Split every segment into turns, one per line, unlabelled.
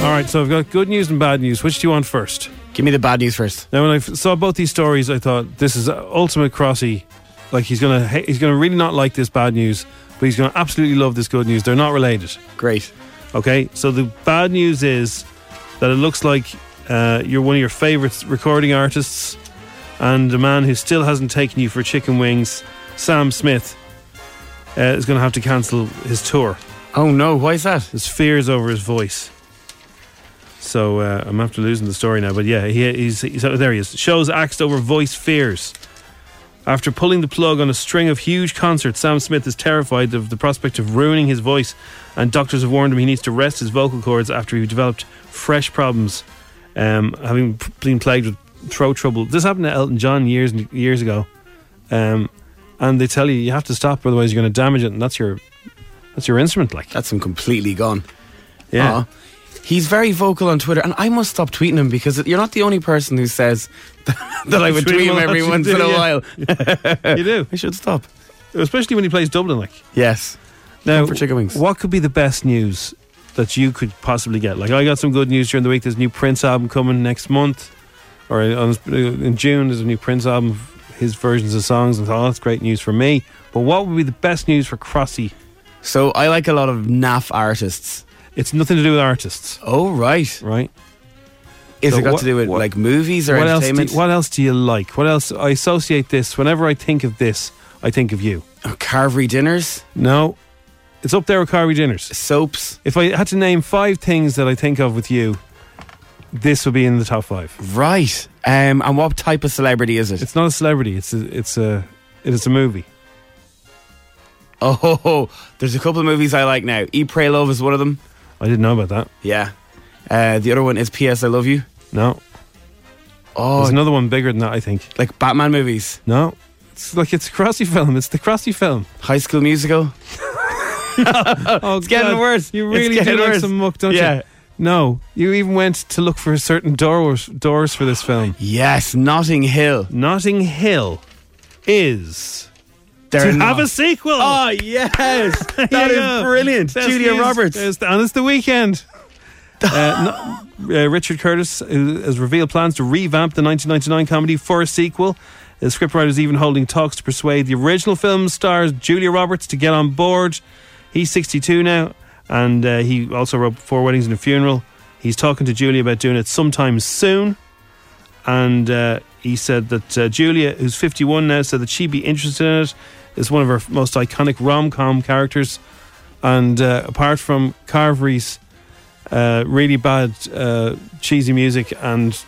All right, so I've got good news and bad news. Which do you want first?
Give me the bad news first.
Now, when I f- saw both these stories, I thought this is ultimate crossy. Like he's gonna, ha- he's gonna really not like this bad news, but he's gonna absolutely love this good news. They're not related.
Great.
Okay, so the bad news is that it looks like uh, you're one of your favourite recording artists and a man who still hasn't taken you for chicken wings, Sam Smith, uh, is going to have to cancel his tour.
Oh no, why is that?
His fears over his voice. So uh, I'm after losing the story now, but yeah, he, he's, he's oh, there. He is. Shows axed over voice fears. After pulling the plug on a string of huge concerts, Sam Smith is terrified of the prospect of ruining his voice, and doctors have warned him he needs to rest his vocal cords after he developed fresh problems, um, having p- been plagued with throat trouble. This happened to Elton John years and years ago, um, and they tell you you have to stop, otherwise you're going to damage it, and that's your that's your instrument, like
That's him completely gone.
yeah.
Aw. He's very vocal on Twitter, and I must stop tweeting him because you're not the only person who says that, that I would
Tweet
tweet
him
him
a lot,
every
you
once
do,
in a
yeah.
while.
you do,
I should stop.
especially when he plays Dublin, like.
Yes.
Now,
for chicken wings.
what could be the best news that you could possibly get? Like, I got some good news during the week. There's a new Prince album coming next month, or uh, on, in June. There's a new Prince album, of his versions of songs, and I thought, oh, that's great news for me. But what would be the best news for Crossy?
So I like a lot of naff artists.
It's nothing to do with artists,
Oh right.
right?
Is
So
it got
what-
to do with
what-
like movies or
What else? Do,
entertainment?
what else do you like? What else? I associate this. Whenever I think of this, I think of you.
Oh, Carvery dinners,
No, it's up there with Carvey dinners.
soaps.
If I had to name five things that I think of with you, this would be in the top five.
Right. Um, and what type of celebrity is it?
It's not a celebrity. It's a, it's a it is a movie.
Oh, there's a couple of movies I like now. Eat, Pray, Love is one of them.
I didn't know about that.
Yeah. Uh, the other one is P.S. I Love You.
No,
Oh,
there's another one bigger than that. I think.
like Batman movies,
No, it's like it's a Crossy film. It's the Crossy film.
High School Musical.
Oh,
It's getting
God,
worse.
You
It's
really do
getting
like
worse.
some muck, don't
Yeah.
you? No, you even went to look for certain doors doors for this film.
Yes, Notting Hill.
Notting Hill is
They're
to have
not-
a sequel.
Oh yes, that
you
is
go.
brilliant.
Best
Julia
news.
Roberts.
There's the- and it's the weekend. Uh, no- uh, Richard Curtis who has revealed plans to revamp the 1999 comedy for a sequel. The scriptwriter is even holding talks to persuade the original film stars Julia Roberts to get on board. He's 62 now, and uh, he also wrote Four Weddings and a Funeral. He's talking to Julia about doing it sometime soon and uh, he said that uh, Julia, who's 51 now, said that she'd be interested in it. It's one of her most iconic rom com characters, and uh, apart from Carvery's uh, really bad uh, cheesy music and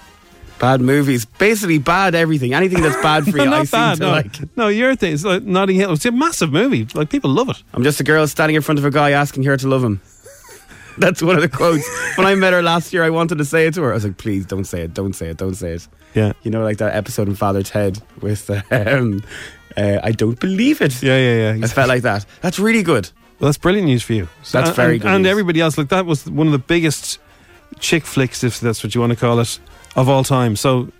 Bad movies, basically bad everything. Anything that's bad for you, I seem to
no,
like.
no, your thing is like Notting Hill. It's a massive movie. Like people love it.
I'm just a girl standing in front of a guy asking her to love him. That's one of the quotes. when I met her last year, I wanted to say it to her. I was like, please don't say it, don't say it, don't say it.
Yeah,
You know, like that episode in Father Ted with, um, uh, I don't believe it.
yeah, yeah, yeah.
I felt like that. That's really good.
Well, that's brilliant news for you. So-
That's
and-
very
and,
good
And
news.
everybody else, like that was one of the biggest chick flicks, if that's what you want to call it, of all time. So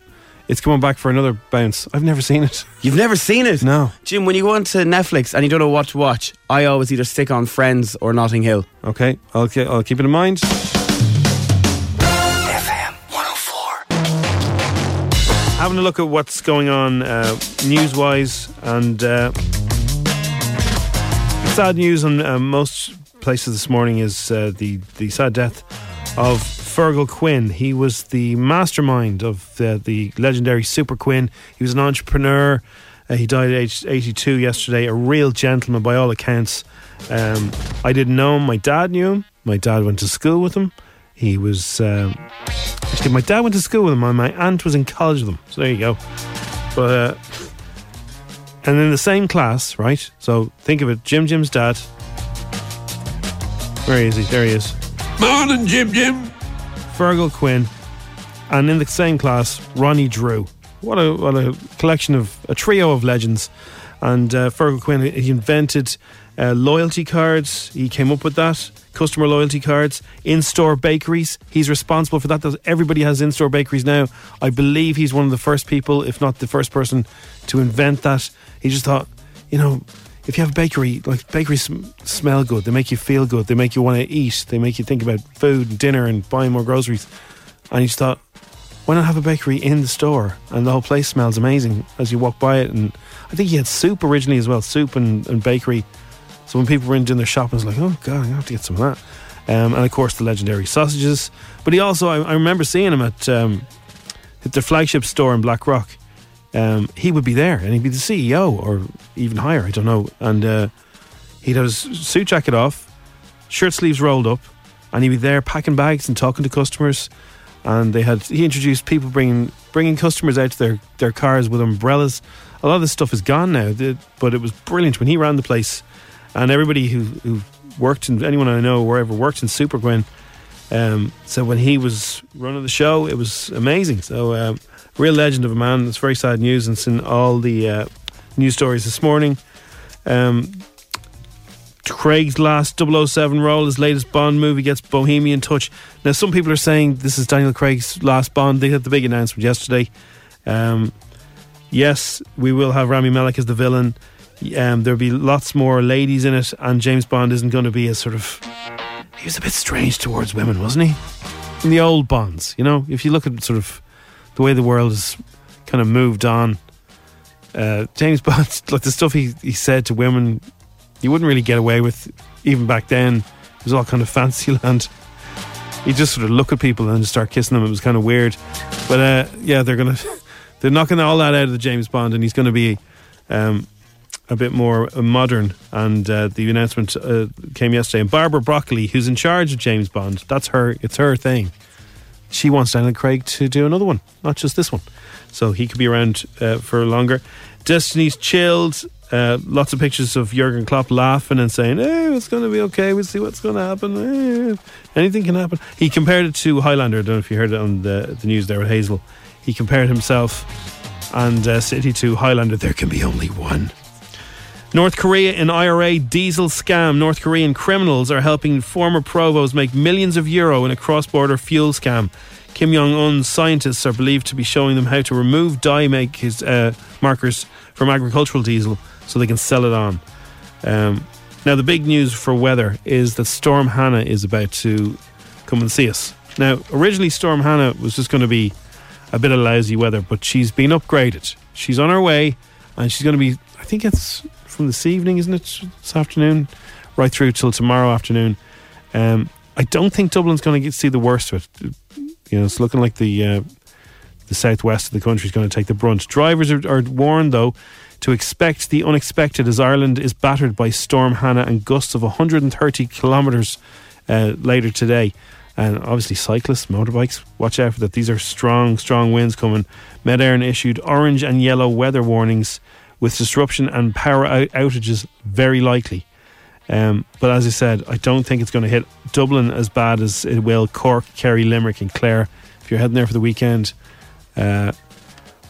it's coming back for another bounce. I've never seen it.
You've never seen it?
No.
Jim, when you go onto Netflix and you don't know what to watch, I always either stick on Friends or Notting Hill.
Okay, I'll, ke- I'll keep it in mind.
FM 104.
Having a look at what's going on uh, news wise and uh, sad news on uh, most places this morning is uh, the, the sad death of Fergal Quinn. He was the mastermind of the, the legendary Super Quinn. He was an entrepreneur. Uh, he died at age 82 yesterday, a real gentleman by all accounts. Um, I didn't know him. My dad knew him. My dad went to school with him. He was um, actually my dad went to school with him, and my aunt was in college with him. So there you go. But uh, and in the same class, right? So think of it, Jim Jim's dad. Where is he? There he is.
Morning, Jim Jim.
Fergal Quinn, and in the same class, Ronnie Drew. What a what a collection of a trio of legends. And uh, Fergal Quinn he invented uh, loyalty cards. He came up with that customer loyalty cards, in-store bakeries. He's responsible for that. There's- Everybody has in-store bakeries now. I believe he's one of the first people, if not the first person, to invent that. He just thought, you know. If you have a bakery, like bakeries sm- smell good, they make you feel good, they make you want to eat, they make you think about food and dinner and buying more groceries and you just thought, why not have a bakery in the store? And the whole place smells amazing as you walk by it. And I think he had soup originally as well, soup and, and bakery. So when people were in doing their shopping, it's like, oh god, I have to get some of that. Um, and of course, the legendary sausages. But he also, I, I remember seeing him at, um, at the flagship store in Black Rock. Um, he would be there, and he'd be the CEO or even higher. I don't know. And uh, he'd have his suit jacket off, shirt sleeves rolled up, and he'd be there packing bags and talking to customers and they had he introduced people bringing bringing customers out to their their cars with umbrellas. A lot of this stuff is gone now, the- but it was brilliant when he ran the place, and everybody who who worked in anyone I know wherever worked in Super Gwen. Um, so when he was running the show, it was amazing. So um, real legend of a man. It's very sad news, and it's in all the uh, news stories this morning. Um, Craig's last 007 role, his latest Bond movie gets Bohemian Touch. Now, some people are saying this is Daniel Craig's last Bond. They had the big announcement yesterday. Um, yes, we will have Rami Malek as the villain. Um, there'll be lots more ladies in it, and James Bond isn't going to be as sort of. He was a bit strange towards women, wasn't he? In the old Bonds, you know, if you look at sort of the way the world has kind of moved on, uh, James Bond, like the stuff he, he said to women you wouldn't really get away with even back then. It was all kind of fancy land. You just sort of look at people and just start kissing them. It was kind of weird, but uh, yeah, they're gonna they're knocking all that out of the James Bond, and he's going to be um, a bit more modern. And uh, the announcement uh, came yesterday. And Barbara Broccoli, who's in charge of James Bond, that's her. It's her thing. She wants Daniel Craig to do another one, not just this one. So he could be around uh, for longer. Destiny's chilled. Uh, lots of pictures of Jurgen Klopp laughing and saying, "Hey, it's going to be okay. We'll see what's going to happen. Eh, anything can happen." He compared it to Highlander. I don't know if you heard it on the the news there with Hazel. He compared himself and uh, City to Highlander. There can be only one. North Korea in IRA diesel scam. North Korean criminals are helping former provos make millions of euro in a cross border fuel scam. Kim Jong un scientists are believed to be showing them how to remove dye make his, uh, markers from agricultural diesel so they can sell it on. Um, now, the big news for weather is that Storm Hannah is about to come and see us. Now, originally, Storm Hannah was just going to be a bit of lousy weather, but she's been upgraded. She's on her way, and she's going to be, I think it's from this evening, isn't it? This afternoon, right through till tomorrow afternoon. Um, I don't think Dublin's going to get see the worst of it. You know, it's looking like the uh, the southwest of the country is going to take the brunt. Drivers are, are warned, though, to expect the unexpected as Ireland is battered by Storm Hannah and gusts of 130 kilometres uh, later today. And obviously, cyclists, motorbikes, watch out for that. These are strong, strong winds coming. Medairn issued orange and yellow weather warnings with disruption and power out- outages very likely. Um, but as I said, I don't think it's going to hit Dublin as bad as it will Cork, Kerry, Limerick, and Clare. If you're heading there for the weekend, uh,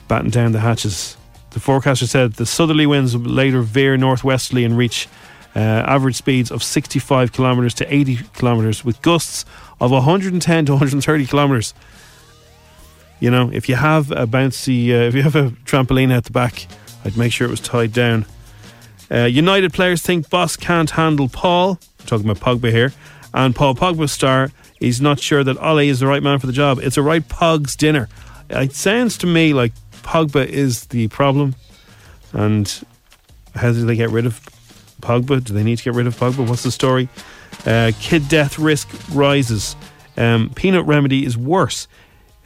batten down the hatches. The forecaster said the southerly winds will later veer northwesterly and reach uh, average speeds of 65 kilometres to 80 kilometres with gusts of 110 to 130 kilometres. You know, if you have a bouncy, uh, if you have a trampoline at the back, I'd make sure it was tied down. Uh, United players think boss can't handle Paul. We're talking about Pogba here. And Paul Pogba's star is not sure that Ole is the right man for the job. It's a right Pog's dinner. It sounds to me like Pogba is the problem. And how do they get rid of Pogba? Do they need to get rid of Pogba? What's the story? Uh, kid death risk rises. Um, peanut remedy is worse.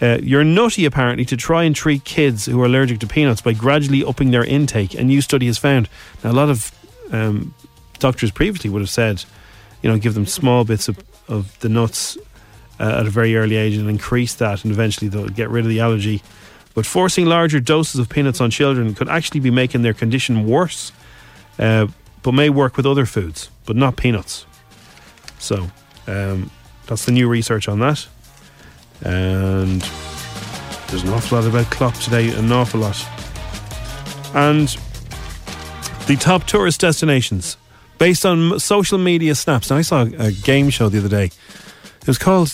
Uh, you're nutty apparently to try and treat kids who are allergic to peanuts by gradually upping their intake. A new study has found. Now, a lot of um, doctors previously would have said, you know, give them small bits of, of the nuts uh, at a very early age and increase that, and eventually they'll get rid of the allergy. But forcing larger doses of peanuts on children could actually be making their condition worse, uh, but may work with other foods, but not peanuts. So um, that's the new research on that. And there's an awful lot about Klopp today, an awful lot. And the top tourist destinations based on m- social media snaps. Now, I saw a game show the other day. It was called,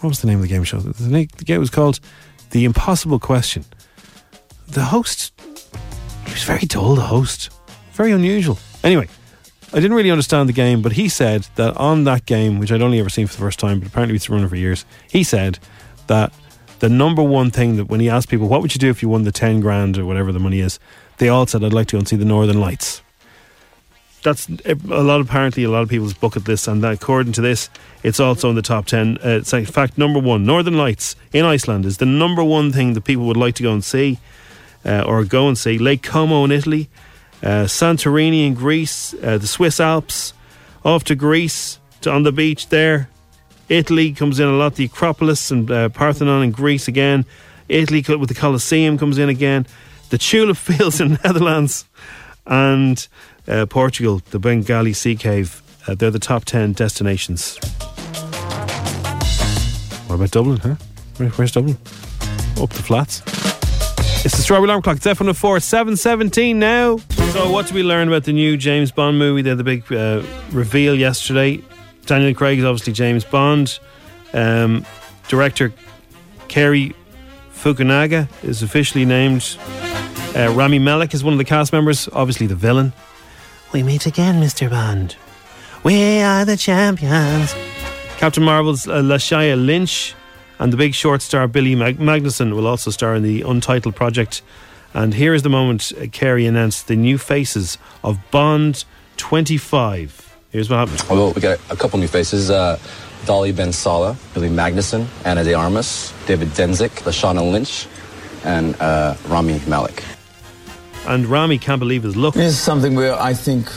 what was the name of the game show? The, na- the game was called The Impossible Question. The host, he was very dull, the host. Very unusual. Anyway, I didn't really understand the game, but he said that on that game, which I'd only ever seen for the first time, but apparently it's run for years, he said that the number one thing that when he asked people, what would you do if you won the 10 grand or whatever the money is, they all said, I'd like to go and see the Northern Lights. That's a lot, apparently, a lot of people's bucket list, and according to this, it's also in the top 10. Uh, it's in fact number one. Northern Lights in Iceland is the number one thing that people would like to go and see uh, or go and see. Lake Como in Italy, uh, Santorini in Greece, uh, the Swiss Alps, off to Greece, to, on the beach there. Italy comes in a lot. The Acropolis and uh, Parthenon in Greece again. Italy co- with the Colosseum comes in again. The tulip fields in Netherlands and uh, Portugal, the Bengali Sea Cave. Uh, they're the top 10 destinations. What about Dublin, huh? Where, where's Dublin? Up the flats. It's the Strawberry Alarm Clock. It's F104, 717 now. So, what did we learn about the new James Bond movie? They had the big uh, reveal yesterday. Daniel Craig is obviously James Bond. Um, director Kerry Fukunaga is officially named. Uh, Rami Malek is one of the cast members, obviously the villain. We meet again, Mr. Bond. We are the champions. Captain Marvel's uh, Lashia Lynch and the big short star Billy Mag- Magnuson will also star in the Untitled Project. And here is the moment uh, Kerry announced the new faces of Bond 25. Here's what happened.
Well, we got a couple new faces. Uh, Dolly Ben Sala, Billy Magnuson, Anna De Armas, David Denzik, Lashana Lynch, and uh, Rami Malek.
And Rami can't believe his luck.
This is something where I think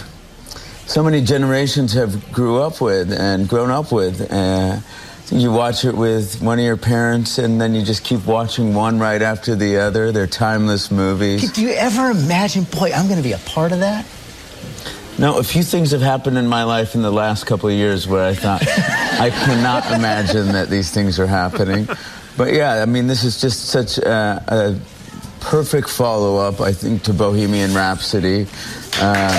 so many generations have grew up with and grown up with. Uh, you watch it with one of your parents, and then you just keep watching one right after the other. They're timeless movies.
Do you ever imagine, boy, I'm going to be a part of that?
Now, a few things have happened in my life in the last couple of years where I thought I cannot imagine that these things are happening. But yeah, I mean, this is just such a, a perfect follow-up, I think, to Bohemian Rhapsody. Um,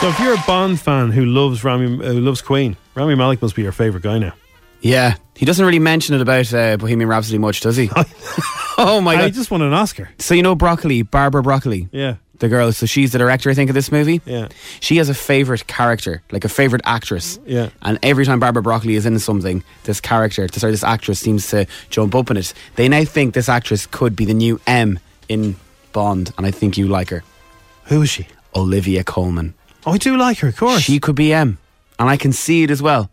So if you're a Bond fan who loves Rami, uh, who loves Queen, Rami Malek must be your favourite guy now.
Yeah, he doesn't really mention it about uh, Bohemian Rhapsody much, does he? oh my
I
god!
just won an Oscar.
so you know Broccoli, Barbara Broccoli,
Yeah.
the girl. So she's the director, I think, of this movie.
Yeah.
She has a favorite character, like a favorite actress.
Yeah.
And every time Barbara Broccoli is in something, this character, sorry, this actress seems to jump up in it. They now think this actress could be the new M in Bond, and I think you like her,
Who is she?
Olivia Coleman.
Oh, I do like her, of course.
She could be M, and I can see it as well.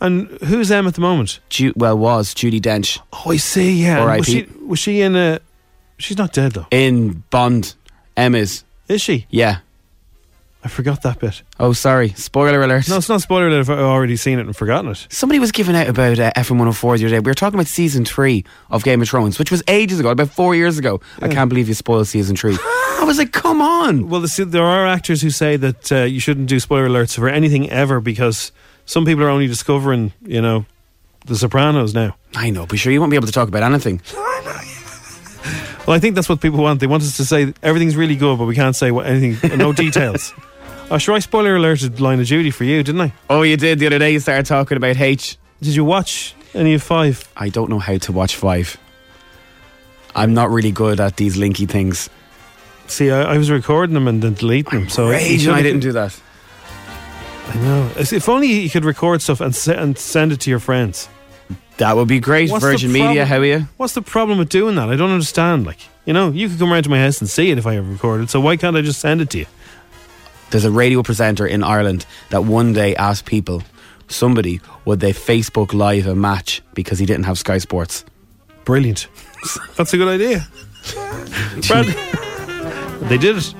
and who's M at the moment?
Ju- well, was Judy Dench
Oh, I see. Yeah.
R.I.P..
Was she, was she in a? She's not dead uh, though,
in Bond? M is
is she?
yeah.
I forgot that bit.
Oh, sorry. Spoiler alert.
No, it's not spoiler that I've already seen it and forgotten it.
Somebody was giving out about uh, FM 104 the other day. We were talking about season three of Game of Thrones, which was ages ago, about four years ago. I can't believe you spoiled season three. I was like, come on.
Well, the- there are actors who say that uh, you shouldn't do spoiler alerts for anything ever because some people are only discovering, you know, The Sopranos now.
I know, but sure, you won't be able to talk about anything.
Well, I think that's what people want. They want us to say everything's really good, but we can't say what, anything, no details. Oh, sure, I spoiler alerted Line of Duty for you, didn't I?
Oh, you did the other day. You started talking about H.
Did you watch any of five?
I don't know how to watch five. I'm not really good at these linky things.
See, I, I was recording them and then deleting them. So you
Rage,
should've-
I didn't do that.
I know. As If only you could record stuff and, se- and send it to your friends.
That would be great.
What's the
Virgin Media,
problem-
how are you?
What's the problem with doing that? I don't understand. Like, you know, you could come round to my house and see it if I ever recorded. So why can't I just send it to you?
there's a radio presenter in Ireland that one day asked people, somebody, would they Facebook Live a match because he didn't have Sky Sports.
Brilliant. That's a good idea. Brad, they did it.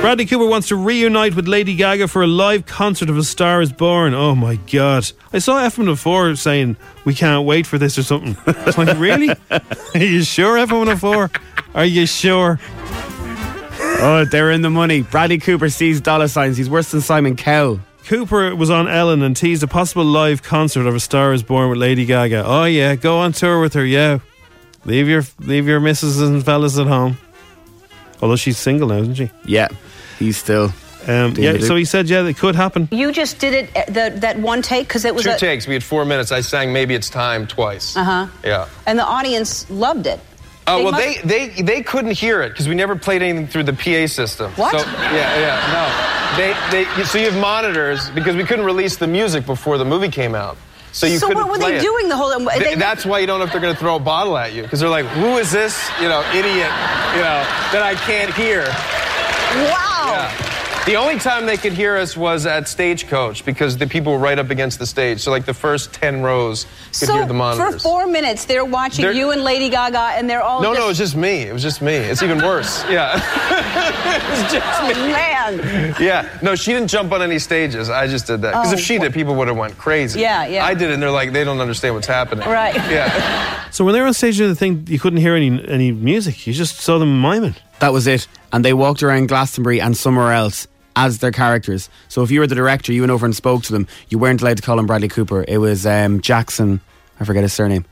Bradley Cooper wants to reunite with Lady Gaga for a live concert of A Star Is Born. Oh my god! I saw F104 saying we can't wait for this or something. I was like, really? Are you sure F104? Are you sure?
Oh, they're in the money. Bradley Cooper sees dollar signs. He's worse than Simon Cowell.
Cooper was on Ellen and teased a possible live concert of A Star Is Born with Lady Gaga. Oh yeah, go on tour with her. Yeah, leave your leave your misses and fellas at home. Although she's single now, isn't she?
Yeah, he's still. Doing
Um, yeah.
the
So
loop.
he said, yeah, it could happen.
You just did it uh, the, that one take because it was
Two
a, Uh-huh.
takes. We had four minutes. I sang "Maybe It's Time" twice. Uh huh. Yeah.
and the audience loved it.
Oh well,
must-
they they they couldn't hear it because we never played anything through the PA system.
What?
So, yeah, yeah, no. They they so you have monitors because we couldn't release the music before the movie came out. So you
So
couldn't
what were they
play it.
doing the whole-
Th-
they-
that's why you don't know if they're going to throw a bottle at you because they're like, "Who is this? You know, idiot? You know that I can't hear."
Wow.
Yeah. The only time they could hear us was at Stagecoach because the people were right up against the stage. So, like, the first 10 rows could hear
So
the
for
monitors.
four minutes they're watching
They're-
you and Lady Gaga and they're all
no,
Oh, just,
no, it was just me. It was just me. It's even worse. Yeah. it was
oh,
just me.
man.
Yeah. No, she didn't jump on any stages. I just did that. Because
Oh,
if she did, people would have went crazy.
Yeah, yeah.
I did it, and they're like, they don't understand what's happening.
Right.
Yeah.
So when they were on stage doing the thing, you couldn't hear any any music. You just saw them miming.
That was it. And they walked around Glastonbury and somewhere else as their characters. So if you were the director, you went over and spoke to them. You weren't allowed to call him Bradley Cooper. It was um, Jackson. I forget his surname.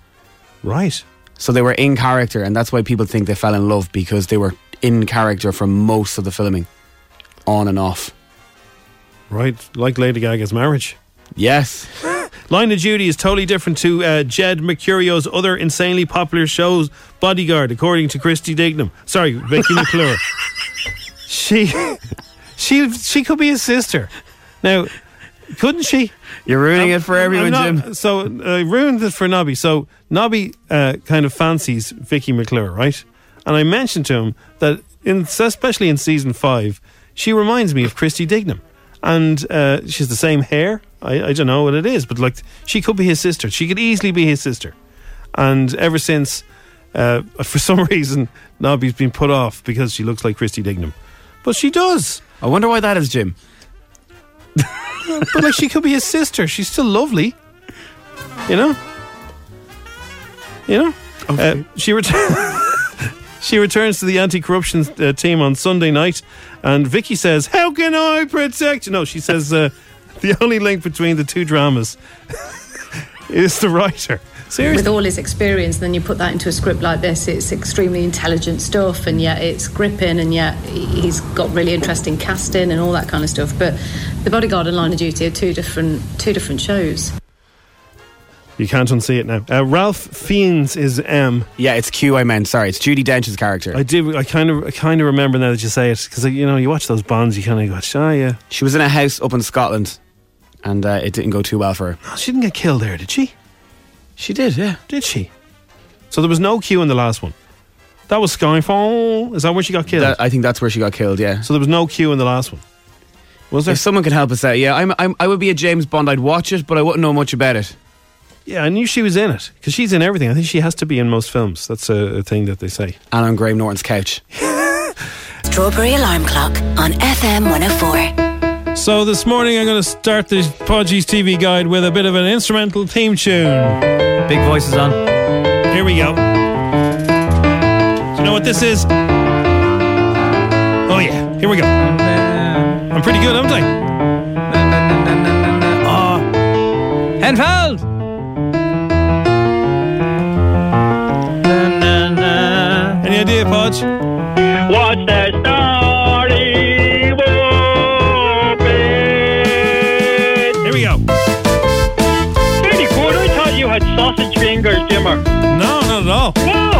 Right.
So they were in character, and that's why people think they fell in love because they were in character for most of the filming, on and off.
Right. Like Lady Gaga's marriage.
Yes.
Line of Duty is totally different to uh, Jed Mercurio's other insanely popular shows, Bodyguard, according to Christy Dignam. Sorry, Vicky McClure. She, she, she could be his sister. Now, couldn't she?
You're ruining
I'm-
it for
I'm
everyone,
not-
Jim.
So uh, ruined it for Nobby. So Nobby uh, kind of fancies Vicky McClure, right? And I mentioned to him that, in, especially in season five, she reminds me of Christy Dignam, and uh, she's the same hair. I, I don't know what it is, but like she could be his sister. She could easily be his sister. And ever since, uh, for some reason, Nobby's been put off because she looks like Christy Dignam, but she does.
I wonder why that is, Jim.
But like she could be his sister. She's still lovely. You know? You know? Uh, she returns She returns to the anti-corruption uh, team on Sunday night and Vicky says, "How can I protect?" you?" No, she says uh, the only link between the two dramas is the writer. Seriously.
With all his experience, then you put that into a script like this, it's extremely intelligent stuff, and yet it's gripping, and yet he- he's got really interesting casting and all that kind of stuff. But The Bodyguard and Line of Duty are two different, two different shows.
You can't unsee it now. Uh, Ralph Fiennes is M. Oh,
Yeah, it's Q I meant. Sorry, it's Judy Dench's character.
I did. I kind of. I kind of remember now that you say it because you know you watch those Bonds. You kind of go, ah, yeah.
she was in a house up in Scotland, and uh, it didn't go too well for her.
She didn't get killed there, did she?
She did, yeah.
Did she? So there was no Q in the last one. That was Skyfall. Is that where she got killed?
That, I think that's where she got killed. Yeah.
so there was no Q in the last one. Was there?
If someone could help us out, yeah, I'm, I'm, I would be a James Bond. I'd watch it, but I wouldn't know much about it.
yeah, I knew she was in it because she's in everything. I think she has to be in most films. That's a, a thing that they say.
And on Graham Norton's couch.
Strawberry Alarm Clock on FM 104.
So this morning I'm going to start the Podgy's TV guide with a bit of an instrumental theme tune.
Big voices on.
Here we go. Do you know what this is? Oh yeah, here we go. I'm pretty good, haven't I? Ah,
Enfeld!
Any idea, Podge?
Watch that starting open.
Here we go.
Pretty good. I thought you had sausage fingers, Jimmer.
No, not at all.
No.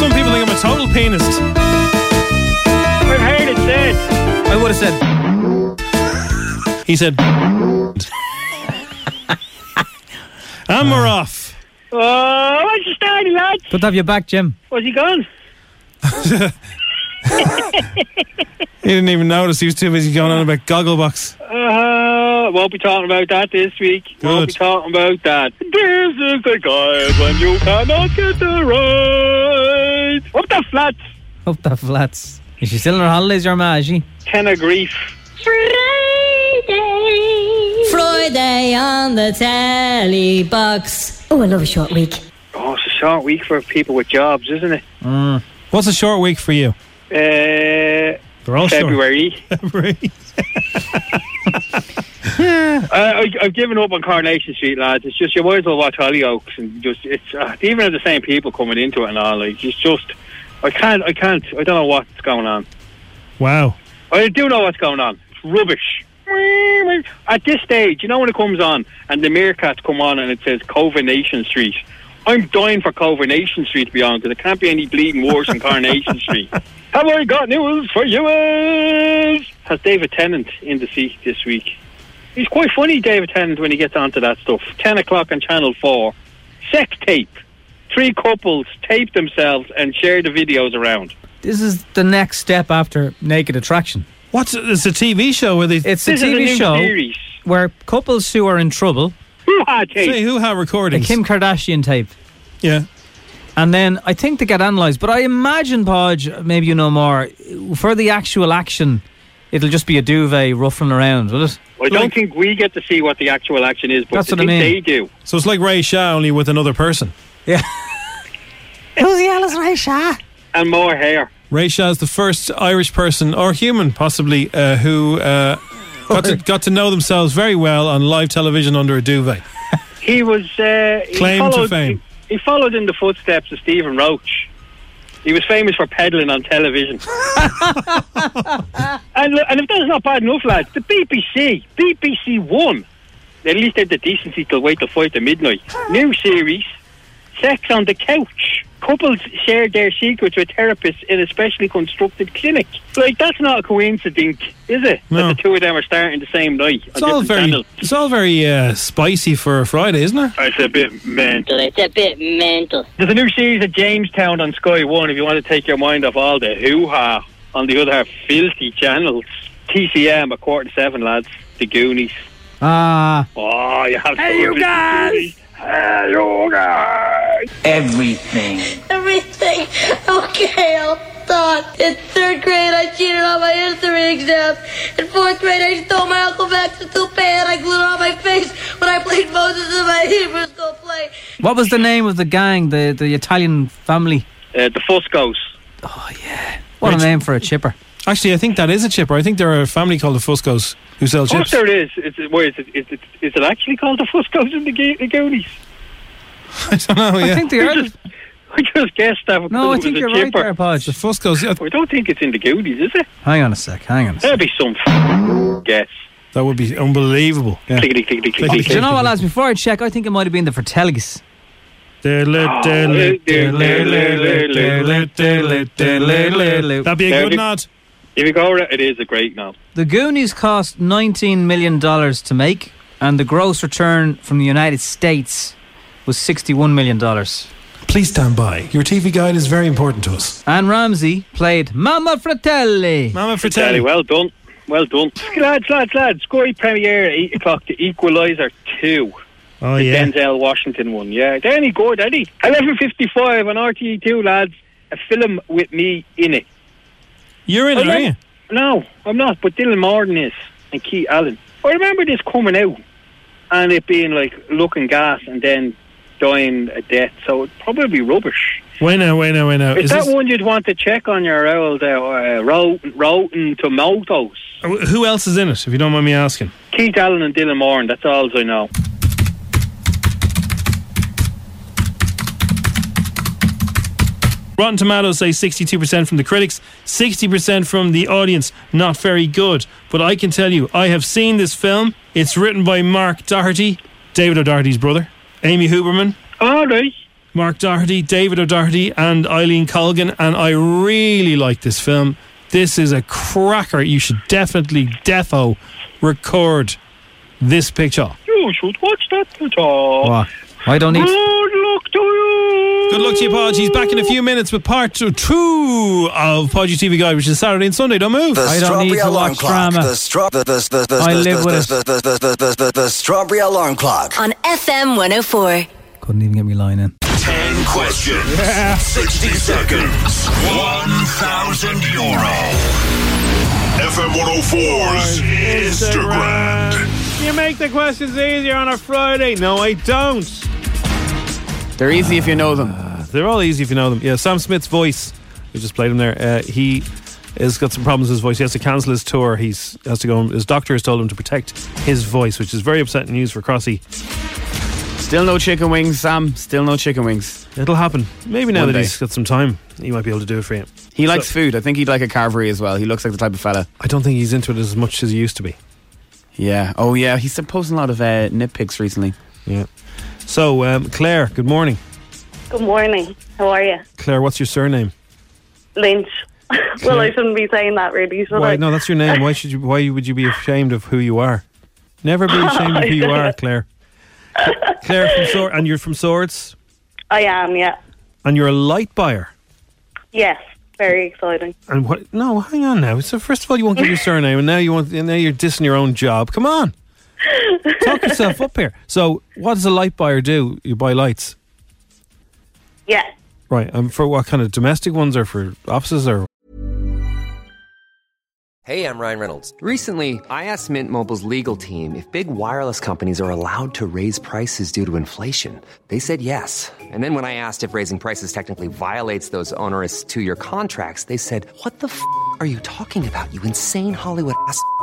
Some people think I'm a total pianist.
I've heard it said.
I would have said,
He said, and we're off.
Oh, what's the starting, lads?
good to have you back, Jim.
Was he gone?
He didn't even notice. He was too busy going on about Gogglebox.
Uh, won't be talking about that this week. Won't be
Good.
talking about that. This is the guy when you cannot get the right. Up the flats.
Up the flats. Is she still on her holidays, your ma? Is she?
Ten of grief.
Friday. Friday on the telly box. Oh, I love a short week.
Oh, it's a short week for people with jobs, isn't it?
Mm. What's a short week for you? They're
Uh,
all short.
February.
February.
uh, I, I've given up on Coronation Street, lads. It's just you might as well watch Hollyoaks and just it's uh, they even have the same people coming into it and all. Like it's just I can't, I can't, I don't know what's going on.
Wow.
I do know what's going on. It's rubbish. At this stage, you know when it comes on and the meerkats come on and it says Coronation Street. I'm dying for Coronation Street to be on because it can't be any bleeding worse than Coronation Street. Have I got news for you? is? Has David Tennant in the seat this week? He's quite funny, David Tennant, when he gets onto that stuff. 10 o'clock on Channel 4. Sex tape. Three couples tape themselves and share the videos around.
This is the next step after Naked Attraction.
What's it's a TV show where they?
It's
This is
a
a
TV
new
show
series.
where couples who are in trouble
hoo-ha tape.
Say hoo-ha recordings.
a Kim Kardashian tape.
Yeah.
And then I think they get analysed, but I imagine Podge, maybe you know more. For the actual action, it'll just be a duvet ruffling around, will it?
I don't think we get to see what the actual action is, but
That's
the
what I
thing
mean.
they do.
So it's like Ray Shah only with another person.
Yeah.
Who the hell is Raisha? And more hair.
Ray Shah's the first Irish person or human possibly uh, who uh, got, to, got to know themselves very well on live television under a duvet.
He was uh, he
Claim to
followed-
fame.
He, he followed in the footsteps of Stephen Roach. He was famous for peddling on television. and, look, and if that's not bad enough, lads, the BBC, BBC One, at least they had the decency to wait till five to midnight. New series, Sex on the Couch. Couples share their secrets with therapists in a specially constructed clinic. Like, that's not a coincidence, is it?
No.
That the two of them are starting the same night.
It's
on
all
different
very,
channels.
it's all very uh, spicy for Friday, isn't it?
It's a bit mental.
It's a bit mental.
There's a new series of Jamestown on Sky One. If you want to take your mind off all the hoo ha on the other filthy channels, TCM a quarter to seven, lads. The Goonies.
Ah.
Oh, you have.
Hey, you guys!
Hey, you guys!
Everything.
Everything. Okay, I'll talk. In third grade, I cheated on my history exams. In fourth grade, I stole my Uncle Max's toupee and I glued it on my face when I played Moses in my Hebrew school play.
What was the name of the gang, the, the Italian family? Oh,
Uh, the Fuscos.
What
Rich-
a name for a chipper.
Actually, I think that is a chipper. I think there are a family called the Fuscos who sell
Of
chips.
course there it is. It's, where is it? Is it, is it actually called the Fuscos and the, Go- the Goonies?
I don't know.
I
Yeah.
think they are. I just, I just guessed that. because
No, I
it
think
was a
you're
chipper.
right there, Podge. The
Fusco's.
I don't think it's in the Goonies, is it?
Hang on a sec, hang on.
That'd be some f- guess.
That would be unbelievable. Yeah.
Clickety, clickety,
Do
clickety,
you know what, lads? Before I check, I think it might have been the Fratellis.
That'd be a
If
good
you-
nod.
If you go, it is a great nod.
The Goonies cost $19 million to make, and the gross return from the United States was $61 million.
Please stand by. Your TV guide is very important to us.
Anne Ramsey played Mamma Fratelli.
Mamma
Fratelli, well done. Well done. Lads, lads, lads. Sky premiere at 8 o'clock, The Equaliser 2.
Oh,
the
yeah.
Denzel Washington one. Yeah, they're any good, are they? 11.55 on RTE2, lads. A film with me in it.
You're in
I
it, are
love-
you?
No, I'm not, but Dylan Martin is and Keith Allen. I remember this coming out and it being like looking gas and then dying a death, so it'd probably be rubbish.
Wait now, wait now, wait now.
Is,
Is
that
this-
one you'd want to check on your old uh, uh, rotten, rotten tomatoes?
Who else is in it, if you don't mind me asking?
Keith Allen and Dylan Moran, that's all I know.
Rotten Tomatoes say 62% from the critics, 60% from the audience. Not very good. But I can tell you, I have seen this film. It's written by Mark Doherty, David O'Doherty's brother, Amy Huberman.
All right.
Mark Doherty, David O'Doherty, and Eileen Colgan. And I really like this film. This is a cracker. You should definitely, defo, record this picture.
You should watch that at all.
I don't need.
Good luck to you.
Good luck to you, Podge. He's back in a few minutes with part two of Podgy TV Guide, which is Saturday and Sunday. Don't move.
The strawberry alarm clock. The, stra- the, the, the, the,
I
the-
live
the-
with
the- the- the- the- the- the- the strawberry alarm clock.
On FM 104.
Couldn't even get me line in.
10
questions. 60 seconds. 1,000 euro. FM 104's Instagram.
You make the questions easier on a Friday. No, I don't. Uh,
They're easy if you know them.
they're all easy if you know them. Yeah, Sam Smith's voice. We just played him there. Uh, he has got some problems with his voice. He has to cancel his tour. He's has to go. on- His doctor has told him to protect his voice, which is very upsetting news for Crossy.
Still no chicken wings, Sam. Still no chicken wings.
It'll happen. Maybe now
One
that
day.
he's got some time, he might be able to do it for you.
He likes food. I think he'd like a carvery as well. He looks like the type of fella.
I don't think he's into it as much as he used to be.
Yeah. Oh, yeah. He's been posting a lot of uh, nitpicks recently.
Yeah. So, um, Claire, good morning.
Good morning. How are you?
Claire, what's your surname?
Lynch. well, I
Claire.
shouldn't be saying that really, should
Why,
I?
no, that's your name. Why should you? Why would you be ashamed of who you are? Never be ashamed of who you are, Claire. Claire from Swords, and you're from Swords,
I am, yeah.
and you're a light buyer.
Yes, very exciting.
And what? No, hang on now. So first of all, you won't give your surname, and now you want. And now you're dissing your own job. Come on, talk yourself up here. So, what does a light buyer do? You buy lights,
Yeah.
right? And for what kind of domestic ones, or for offices, or
Hey, I'm Ryan Reynolds. Recently, I asked Mint Mobile's legal team if big wireless companies are allowed to raise prices due to inflation. They said yes. And then when I asked if raising prices technically violates those onerous two year contracts, they said, What the f are you talking about, you insane Hollywood ass? f- a-"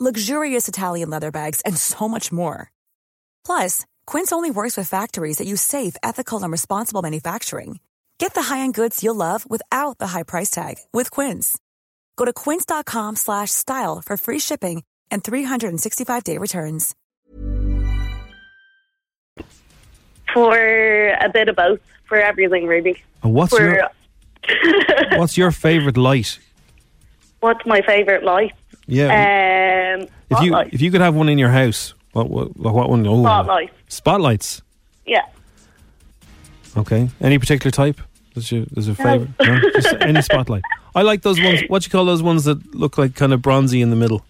luxurious Italian leather bags, and so much more. Plus, Quince only works with factories that use safe, ethical, and responsible manufacturing. Get the high-end goods you'll love without the high price tag with Quince. Go to quince.com slash style for free shipping and 365-day returns.
For a bit of both, for everything really.
and Uh, what's
for,
your what's your favorite light?
What's my favourite light?
Yeah.
Um,
if you
spotlight.
if you could have one in your house, what what what one? Oh,
Spotlight.
Spotlights.
Yeah.
Okay. Any particular type? Is your is a
No.
favorite? No? Just any spotlight. I like those ones. What do you call those ones that look like kind of bronzy in the middle?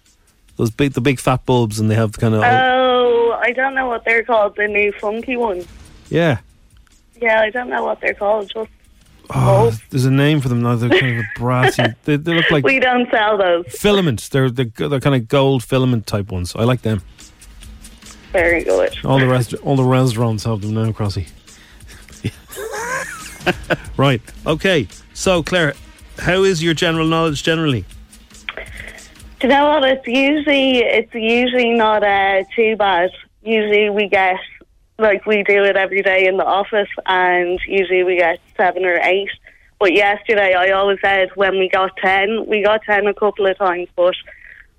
Those big, the big fat bulbs, and they have kind of
Oh, I don't know what they're called. The new funky ones.
yeah.
Yeah, I don't know what they're called. Just
Oh, there's a name for them now. They're kind of a brassy. They, they look like
we don't sell those.
filaments. They're, they're go- they're kind of gold filament type ones. I like them.
Very good.
All the rest, all the restaurants have them now, Crossy. right. Okay. So, Claire, how is your general knowledge generally?
Do you know what? It's usually it's usually not uh, too bad. Usually we get like we do it every day in the office, and usually we get seven or eight. But yesterday, I always said when we got ten, we got ten a couple of times. But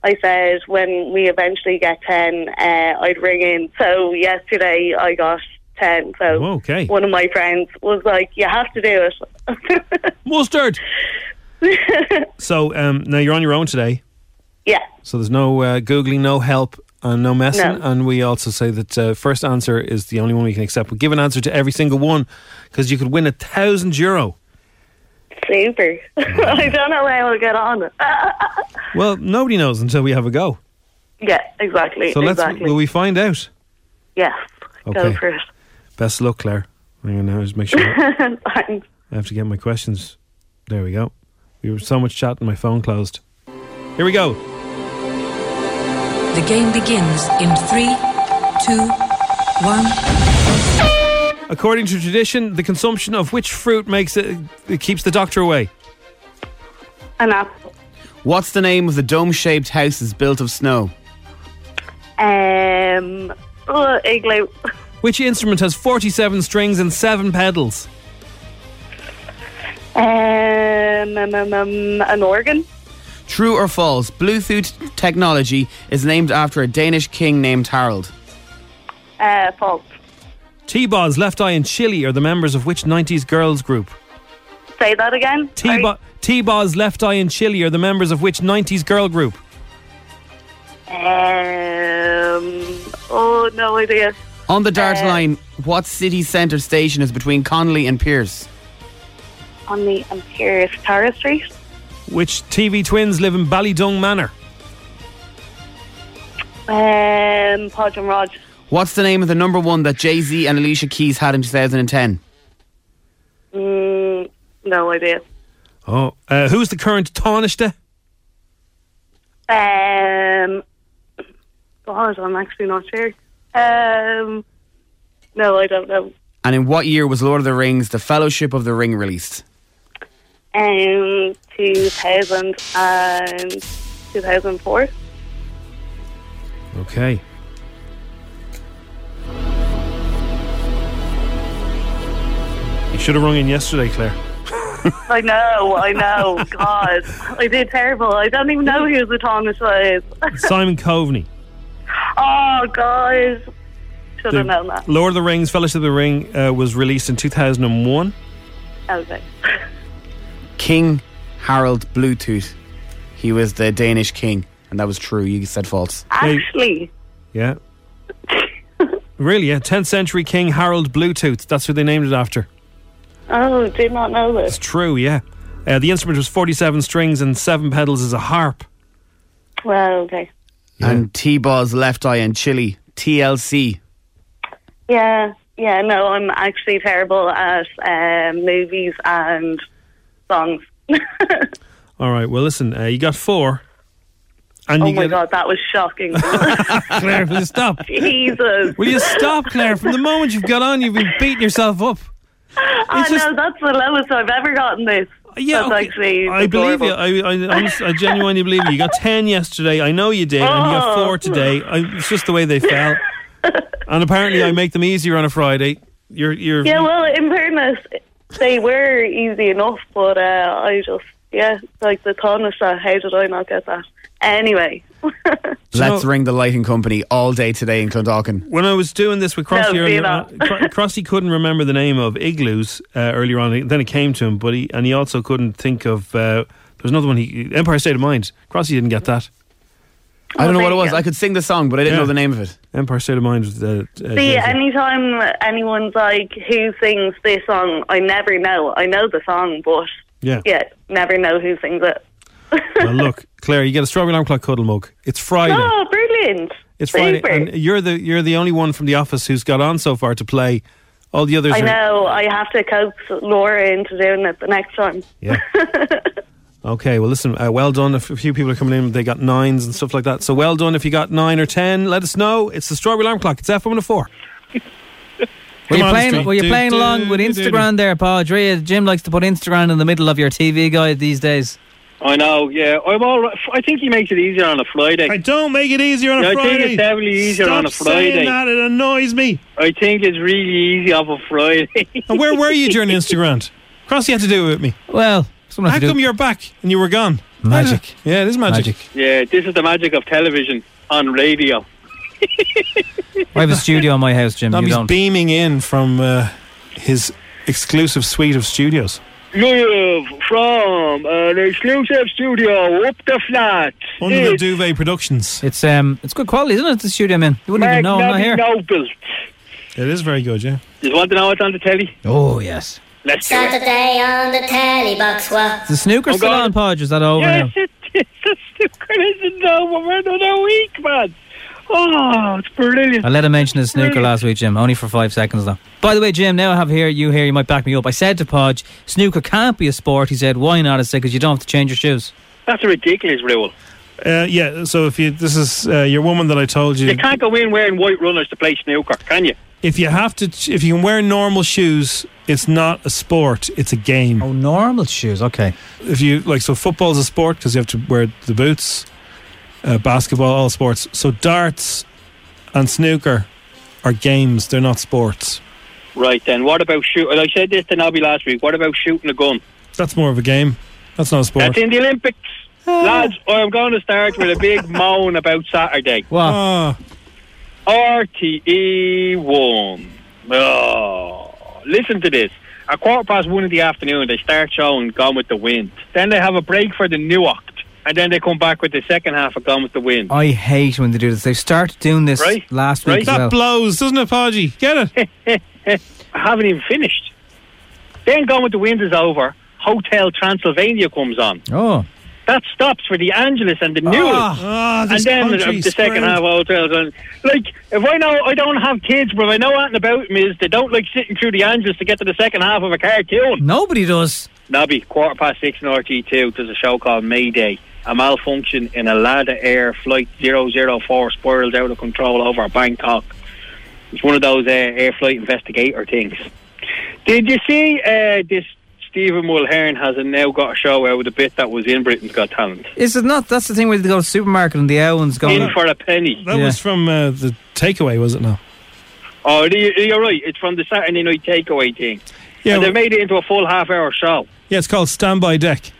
I said when we eventually get ten, uh, I'd ring in. So yesterday, I got ten. So
okay.
one of my friends was like, "You have to do it."
Mustard. So, um, now you're on your own today.
yeah.
So there's no uh, googling, no help, and no messing.
No.
And we also say that uh, first answer is the only one we can accept. We give an answer to every single one because you could win a thousand euro.
Super. I don't know how I'll get on.
Well, nobody knows until we have a go.
Yeah, exactly.
So let's
exactly.
will we find out?
yeah, go
Okay.
for it.
Best of luck, Claire. Hang on now, just make sure
Thanks.
I have to get my questions. There we go. We were so much chatting, my phone closed. Here we go.
The game begins in three, two, one.
According to tradition, the consumption of which fruit makes it, it keeps the doctor away?
An apple.
What's the name of the dome-shaped houses built of snow?
Um, oh, igloo.
Which instrument has 47 strings and 7 pedals?
Um, um, um, um, an organ.
True or false? Bluetooth technology is named after a Danish king named Harold.
Uh, false.
T-Boz, Left Eye, and Chili are the members of which 90s girls group?
Say that again.
T-Bo- T-Boz, Left Eye, and Chili are the members of which 90s girl group?
Um, oh, no idea.
On the Dart Line, what city centre station is between Connolly and Pierce?
On the Imperious Tara Street.
Which TV twins live in Ballydung Manor?
Um, Podge and Rod.
What's the name of the number one that Jay Z and Alicia Keys had in 2010?
Mm, no idea.
Oh, uh, who's the current Taunushta?
Um, God, I'm actually not sure. Um, no, I don't know.
And in what year was Lord of the Rings: The Fellowship of the Ring released?
Um, 2000 and 2004.
Okay. You should have rung in yesterday, Claire.
I know, I know. God, I did terrible. I don't even know who the Thomas was.
Simon Coveney.
oh, guys. Should
The
have known that.
Lord of the Rings, Fellowship of the Ring uh, was released in 2001.
Okay.
King Harold Bluetooth. He was the Danish king, and that was true. You said false.
Actually,
Yeah. really, yeah. 10th century King Harold Bluetooth. That's who they named it after.
oh, did not know this.
True, yeah. Uh, the instrument was 47 strings and 7 pedals is a harp.
Well, okay.
And T-Boz, Left Eye, and Chili. TLC.
Yeah, yeah, no, I'm actually terrible at um, movies and songs.
All right, well, listen, uh, you got four. And
oh
you
my
get
God, that was shocking.
Claire, will you stop?
Jesus.
Will you stop, Claire? From the moment you've got on, you've been beating yourself up.
I
It's just-
know that's the lowest I've ever gotten this.
Yeah,
that's
okay,
actually.
I believe you.
adorable.
I, I, honest- I genuinely believe you. You got 10 yesterday. I know you did. And you got
Oh.
four today. I, it's just the way they fell. and apparently, I make them easier on a Friday. You're, you're,
Yeah, well, in fairness, they were easy enough, but uh, I just yeah, like the Taunushta. How did I not get that? Anyway,
Let's ring the lighting company all day today in Clondalkin.
When I was doing this with Crossy
No, uh,
earlier,
do
on, Cro- Crossy couldn't remember the name of igloos uh, earlier on. Then it came to him, but he and he also couldn't think of. Uh, there was another one. He Empire State of Mind. Crossy didn't get that.
Oh,
I don't know what it was. I could sing the song, but I didn't
Yeah.
know the name of it.
Empire State of Mind. Was the, uh,
see,
Jay-Z.
anytime anyone's like, "Who sings this song?" I never know. I know the song, but
yeah.
yeah, never know who sings it.
well, look, Claire, you get a strawberry alarm clock cuddle mug. It's Friday.
Oh, brilliant!
It's Friday,
Super.
and you're the you're the only one from the office who's got on so far to play. All the others
I
are
know. I have to coax Laura into doing it the next time.
Okay, well, listen, uh, well done. A f- few people are coming in, they got nines and stuff like that. So, well done if you got nine or ten. Let us know. It's the Strawberry Alarm Clock. It's F104.
Were you
Come on,
playing?
Steve.
Were you
Do,
playing
do,
along with
do, do.
Instagram there, Padre? Jim likes to put Instagram in the middle of your TV guide these days.
I know, yeah. I'm all right. I think he makes it easier on a Friday.
I don't make it easier on
Yeah,
a
I
Friday.
think it's definitely easier
Stop
on a
Saying
Friday.
that, it annoys me.
I think it's really easy off a Friday.
And where were you during Instagram? Crossy had to do it with me.
Well,
how come you're back and you were gone?
Magic.
Yeah, it is magic.
yeah, this is the magic of television on radio.
I have a studio in my house, Jim.
Now
You
he's
don't.
beaming in from uh, his exclusive suite of studios.
Live from an exclusive studio up the flat.
Under the Duvet Productions.
It's um, it's good quality, isn't it? The studio I'm in. You wouldn't even know I'm not here.
It is very good, yeah.
You want to know what's on the telly?
Oh yes.
Let's do it.
Saturday on the telly box. What?
Is the snooker
I'm
still
going-
on, Podge? Is that over
Oh, Yes,
now?
it is. It's isn't over. We're in a week, man. Oh, it's brilliant.
I let him mention his snooker last week, Jim. Only for five seconds, though. By the way, Jim, now I have here, you here, you might back me up. I said to Podge, snooker can't be a sport. He said, why not? I said, because you don't have to change your shoes.
That's a ridiculous rule.
Uh, yeah, so if you, this is uh, your woman that I told you.
You can't go in wearing white runners to play snooker, can you?
if you have to, ch- if you can wear normal shoes, it's not a sport; it's a game. Oh,
normal shoes. Okay.
If you like, so football's a sport because you have to wear the boots. Uh, basketball, all sports. So darts and snooker are games; they're not sports.
Right then, what about shoot? I said this to Nobby last week. What about shooting a gun?
That's more of a game. That's not a sport.
That's in the Olympics, lads. I'm going to start with a big moan about Saturday.
Wow.
Ah. RTE one. E Oh, listen to this. At quarter past one in the afternoon, they start showing Gone with the Wind. Then they have a break for the new act, and then they come back with the second half of Gone with the Wind.
I hate when they do this. They started doing this
Right?
last week.
Right?
as
That
well.
blows, doesn't it, Podgy? Get
it. I haven't even finished. Then Gone with the Wind is over. Hotel Transylvania comes on.
Oh.
That stops for the Angelus and the Newell.
ah,
and
this
then the,
country's
the second
screwed.
half of hotels. And, like, if I know I don't have kids, but if I know anything about them is they don't like sitting through the Angelus to get to the second half of a cartoon.
Nobody does.
Nobby, quarter past six in RT2, there's a show called Mayday. A malfunction in a Lada Air Flight 004 spirals out of control over Bangkok. It's one of those uh, air flight investigator things. Did you see uh, this? Stephen Mulhern has now got a show out with a bit that was in Britain's Got Talent.
Is it not? That's the thing where they go to the supermarket and the owens go.
in for a penny.
That was from uh, the takeaway, was it? Now,
Oh, you- you're right. It's from the Saturday night takeaway thing.
Yeah,
and they made it into a full half hour show.
yeah, it's called Standby Deck.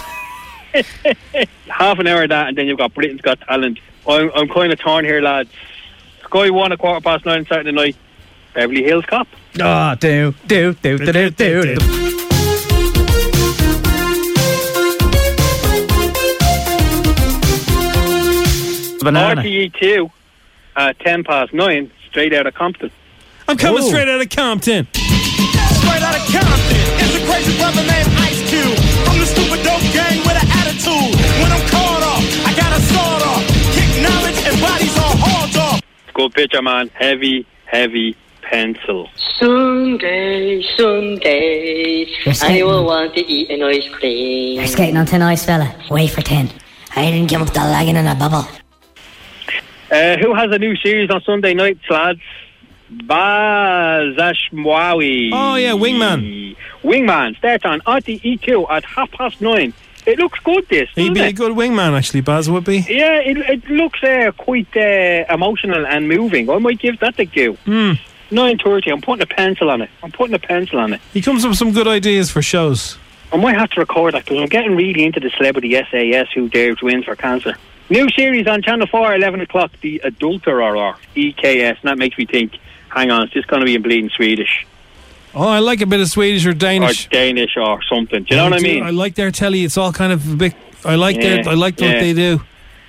half an hour of that, and then you've got Britain's Got Talent. I'm, I'm kind of torn here, lads. Sky one a quarter past nine Saturday night. Beverly Hills Cop.
Ah, do, do, do, do, do, do. Banana.
RTE E two, uh, ten past nine, straight out of Compton.
I'm coming straight out of Compton.
Straight out of Compton is a crazy brother named Ice Cube. From the stupid dope gang with an attitude. When I'm caught up, I got a sword off. Kick knowledge and bodies on hard off.
Good picture, man. Heavy, heavy pencil.
Someday, someday,
You're skating.
I will uh, want to eat an ice cream.
You're skating on thin ice, fella. Way for ten. I didn't give up the lagging in a bubble.
Uh, who has a new series on Sunday nights, lads? Baz Ashmwawi.
Oh, yeah, Wingman.
Wingman starts on RTE2 at half past nine. It looks good, this.
He'd
doesn't
be
it?
a good wingman, actually. Baz would be.
Yeah, it, it looks uh, quite uh, emotional and moving. I might give that a go.
Hmm.
Nine thirty. I'm putting a pencil on it. I'm putting a pencil on it.
He comes up with some good ideas for shows.
I might have to record that because I'm getting really into the celebrity SAS who dared to win for cancer. New series on Channel 4, 11 o'clock, The Adulterer, EKS. And that makes me think, hang on, it's just going to be in bleeding Swedish
Oh, I like a bit of Swedish or Danish.
or Danish or something. Do you know what I
do.
mean?
I like their telly. It's all kind of a bit. I like
Yeah,
their. I like
yeah.
what they do.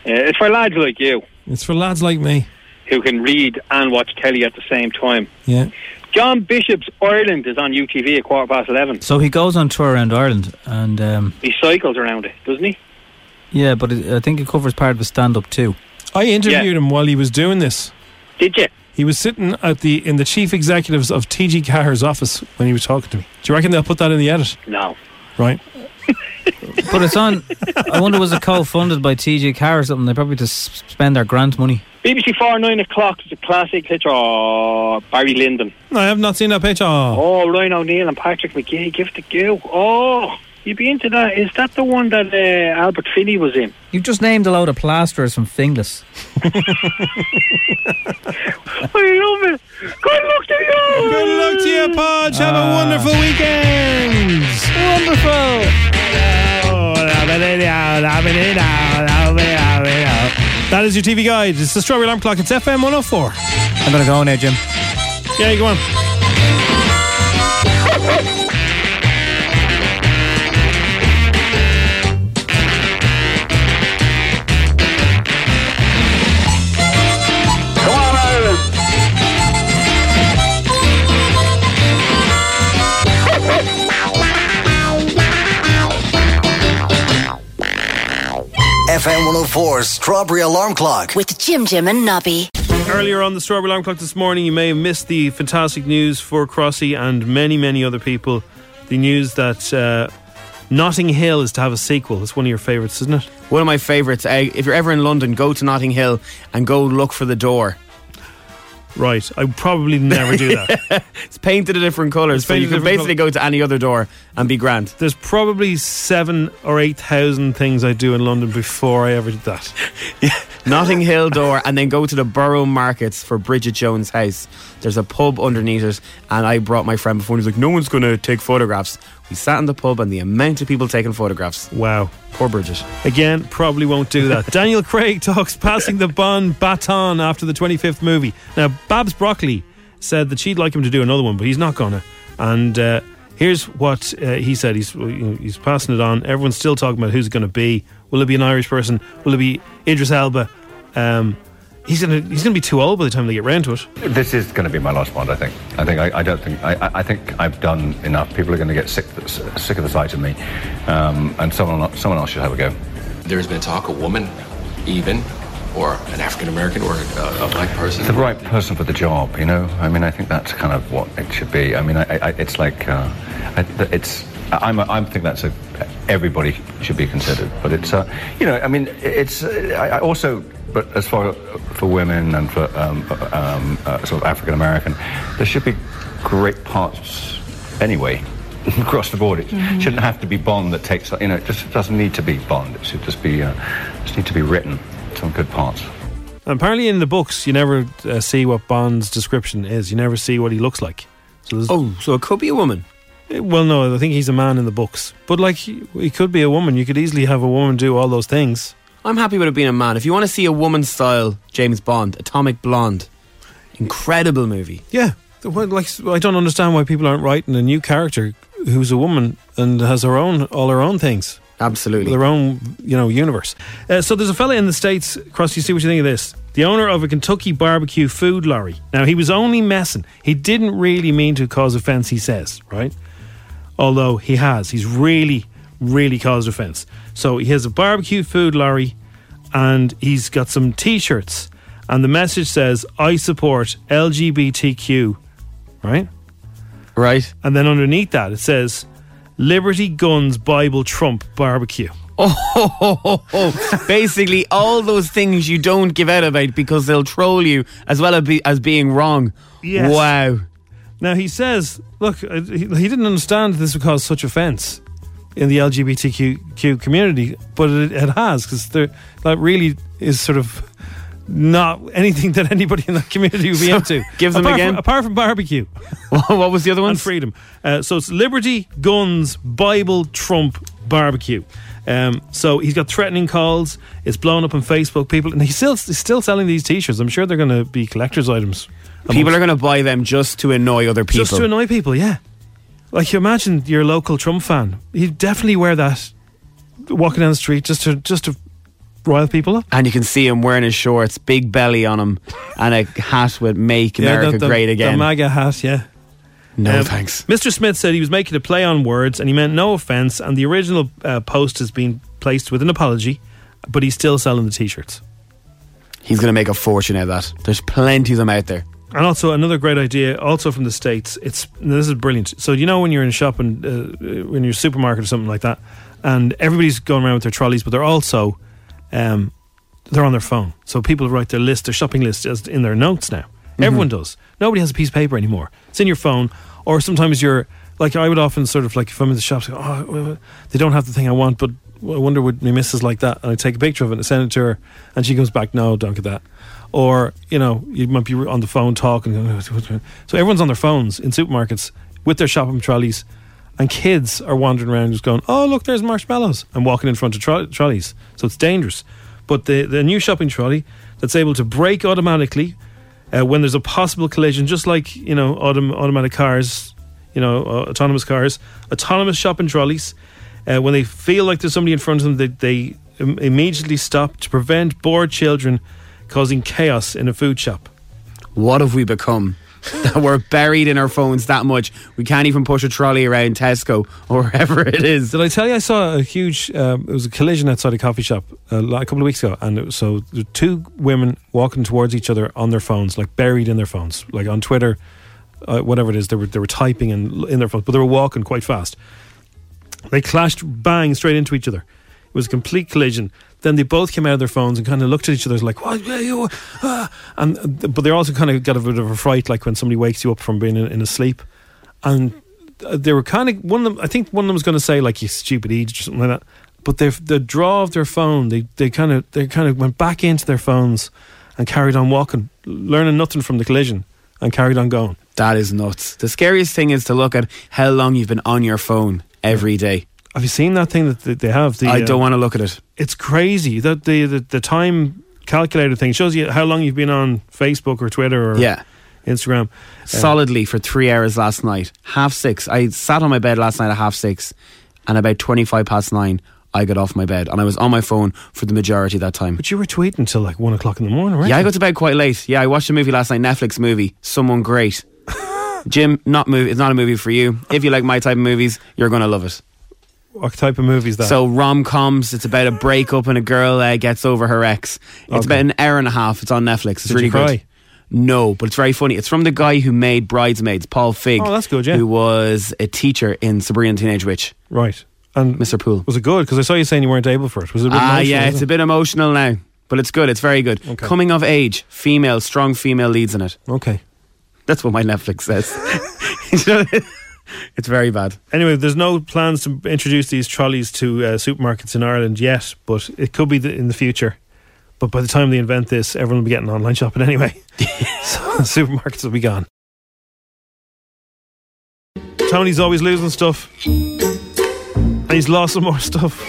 Yeah, Uh, it's for lads like you
It's for lads like me.
who can read and watch telly at the same time.
Yeah.
John Bishop's Ireland is on UTV at quarter past 11.
So he goes on tour around Ireland, and um,
He cycles around it, doesn't he?
yeah, but it, I think it covers part of his stand-up too.
I interviewed him while he was doing this.
Did you?
He was sitting at the in the chief executives of TG Cahir's office when he was talking to me. Do you reckon they'll put that in the edit?
No.
Right.
But it's on. I wonder was it co-funded by TJ Carr or something? They probably just s- spend their grant money.
BBC 4, 9 o'clock is a classic picture. Oh, Barry Lyndon.
No, I have not seen that picture. Oh.
Oh, Ryan O'Neill and Patrick McGee, give it a go. Oh, you'd be into that. Is that the one that uh, Albert Finney was in?
You just named a load of plasterers from Finglas.
I love it. Good luck to you.
Good luck to you, Podge. Have a Ah. wonderful weekend. Wonderful. That is your TV guide. It's the Strawberry Alarm Clock. It's FM 104.
I'm gonna go now, Jim.
Yeah, you go on.
Come on, Ireland.
FM 104's Strawberry Alarm Clock.
With Jim Jim and Nobby.
Earlier on the Strawberry Alarm Clock this morning, you may have missed the fantastic news for Crossy and many, many other people. The news that uh, Notting Hill is to have a sequel. It's one of your favourites, isn't it?
One of my favourites. Uh, if you're ever in London, go to Notting Hill and go look for the door.
Right. I would probably never do that.
it's painted a different colours, so you can basically go to any other door and be grand.
There's probably seven or eight thousand things I do in London before I ever did that.
Notting Hill door, and then go to the Borough Markets for Bridget Jones' house. There's a pub underneath it, and I brought my friend before, and he's like, "No one's going to take photographs." We sat in the pub, and the amount of people taking photographs.
Wow,
poor Bridget.
Again, probably won't do that. Daniel Craig talks passing the Bond baton after the 25th movie. Now, Babs Broccoli said that she'd like him to do another one, but he's not gonna. And uh, here's what uh, he said: he's he's passing it on. Everyone's still talking about who's it gonna be. Will it be an Irish person? Will it be Idris Elba? Um, he's gonna he's gonna be too old by the time they get round to it.
This is going to be my last Bond, I think. I think I, I don't think I, I- I think I've done enough. People are going to get sick sick of the sight of me, um, and someone el- someone else should have a go.
There's been talk a woman, even, or an African American, or a, a black person.
The right person for the job, you know. I mean, I think that's kind of what it should be. I mean, I, I, it's like uh, I, th- it's. I- I'm, I think that's a, everybody should be considered, but it's uh, you know, I mean, it's uh, I, I also, but as far for women and for um, um, uh, sort of African American, there should be great parts anyway across the board. It
Mhm.
shouldn't have to be Bond that takes you know, it just doesn't need to be Bond. It should just be uh, just need to be written some good parts.
And apparently, in the books, you never uh, see what Bond's description is. You never see what he looks like. So Eh,
oh, so it could be a woman.
Well, no, I think he's a man in the books. But like, he, he could be a woman. You could easily have a woman do all those things.
I'm happy with it being a man. If you want to see a woman style James Bond, Atomic Blonde, incredible movie.
Yeah, The one- like I don't understand why people aren't writing a new character who's a woman and has her own all her own things.
Absolutely,
their own you know universe. Uh, so there's a fella in the states, Cross. You see what you think of this? The owner of a Kentucky barbecue food lorry. Now he was only messing. He didn't really mean to cause offence. He says right. although he has. He's really, really caused offence. So he has a barbecue food lorry and he's got some t shirts. And the message says, I support LGBTQ, right?
Right.
And then underneath that, it says, Liberty Guns Bible Trump Barbecue.
Oh, ho, ho, ho, ho. basically all those things you don't give out about because they'll troll you as well as, be, as being wrong.
Yes.
Wow.
Now he says, look, uh, he he didn't understand this would cause such offence in the LGBTQ community, but it, it has because that really is sort of not anything that anybody in that community would be
So,
into.
give them
apart
again?
from, apart from barbecue.
what was the other one?
And freedom. Uh, so it's liberty, guns, Bible, Trump, barbecue. Um, so he's got threatening calls. It's blown up on Facebook. People, and he's still he's still selling these T-shirts. I'm sure they're going to be collectors' items.
People are going to buy them just to annoy other people.
Just to annoy people, yeah. Like you imagine your local Trump fan. He'd definitely wear that walking down the street just to just to rile people up.
and you can see him wearing his shorts, big belly on him, and a hat with "Make America
the, the-
Great Again."
The MAGA hat, yeah.
no
Um,
thanks.
Mr. Smith said he was making a play on words and he meant no offense, and the original uh, post has been placed with an apology, but he's still selling the t shirts.
He's going to make a fortune out of that. There's plenty of them out there.
And also another great idea, also from the states. It's this is brilliant. So you know when you're in a shop and uh, when you're a supermarket or something like that, and everybody's going around with their trolleys, but they're also um, they're on their phone. So people write their list, their shopping list, as in their notes now. Everyone does. Nobody has a piece of paper anymore. It's in your phone, or sometimes you're like I would often sort of like if I'm in the shops, go, oh, well, well, they don't have the thing I want, but I wonder would my missus like that? And I take a picture of it and send it to her, and she comes back, no, don't get that. Or you know, you might be on the phone talking. So everyone's on their phones in supermarkets with their shopping trolleys, and kids are wandering around just going, "Oh, look, there's marshmallows," and walking in front of tro- trolleys. So it's dangerous. But the the new shopping trolley that's able to brake automatically uh, when there's a possible collision, just like you know autom- automatic cars, you know uh, autonomous cars, autonomous shopping trolleys. Uh, when they feel like there's somebody in front of them, they, they im- immediately stop to prevent bored children causing chaos in a food shop.
What have we become? that we're buried in our phones that much, we can't even push a trolley around Tesco or wherever it is.
Did I tell you I saw a huge? Um, it was a collision outside a coffee shop a, lo- a couple of weeks ago, and it was, so there were two women walking towards each other on their phones, like buried in their phones, like on Twitter, uh, whatever it is. They were they were typing and l- in their phones, but they were walking quite fast. They clashed, bang, straight into each other. It was a complete collision. Then they both came out of their phones and kind of looked at each other like, "What? yeah, you, ah." And but they also kind of got a bit of a fright, like when somebody wakes you up from being in, in a sleep. And they were kind of one of them. I think one of them was going to say like, "You stupid idiot" or something like that. But their the draw of their phone, they they kind of they kind of went back into their phones and carried on walking, learning nothing from the collision, and carried on going.
That is nuts. The scariest thing is to look at how long you've been on your phone every day.
Have you seen that thing that th- they have? The,
I
uh,
don't want to look at it.
It's crazy that the, the the time calculator thing shows you how long you've been on Facebook or Twitter or
Yeah.
Instagram.
Um, Solidly for three hours last night, half six. I sat on my bed last night at half six, and about 25 past nine, I got off my bed and I was on my phone for the majority of that time.
But you were tweeting until like one o'clock in the morning, right?
Yeah, I got to bed quite late. Yeah, I watched a movie last night, Netflix movie, Someone Great. Jim, not movie. It's not a movie for you. If you like my type of movies, you're gonna love it.
What type of movies that?
So rom coms. It's about a breakup and a girl uh, gets over her ex. It's
Okay.
about an hour and a half. It's on Netflix. It's
Did you
really
cry?
good. No, but it's very funny. It's from the guy who made Bridesmaids, Paul Fig.
Oh, that's good, yeah.
Who was a teacher in Sabrina the Teenage Witch.
right. And
Mr. Poole.
was it good? Because I saw you saying you weren't able for it. Was it? a bit
Ah,
emotional,
yeah,
was
it's
it?
a bit emotional now, but it's good. It's very good. Coming of age, female, strong female leads in it.
Okay.
That's what my Netflix says. You know, it's very bad.
Anyway, there's no plans to introduce these trolleys to uh, supermarkets in Ireland yet, but it could be the, in the future. But by the time they invent this, everyone will be getting online shopping anyway. so supermarkets will be gone. Tony's always losing stuff. And he's lost some more stuff.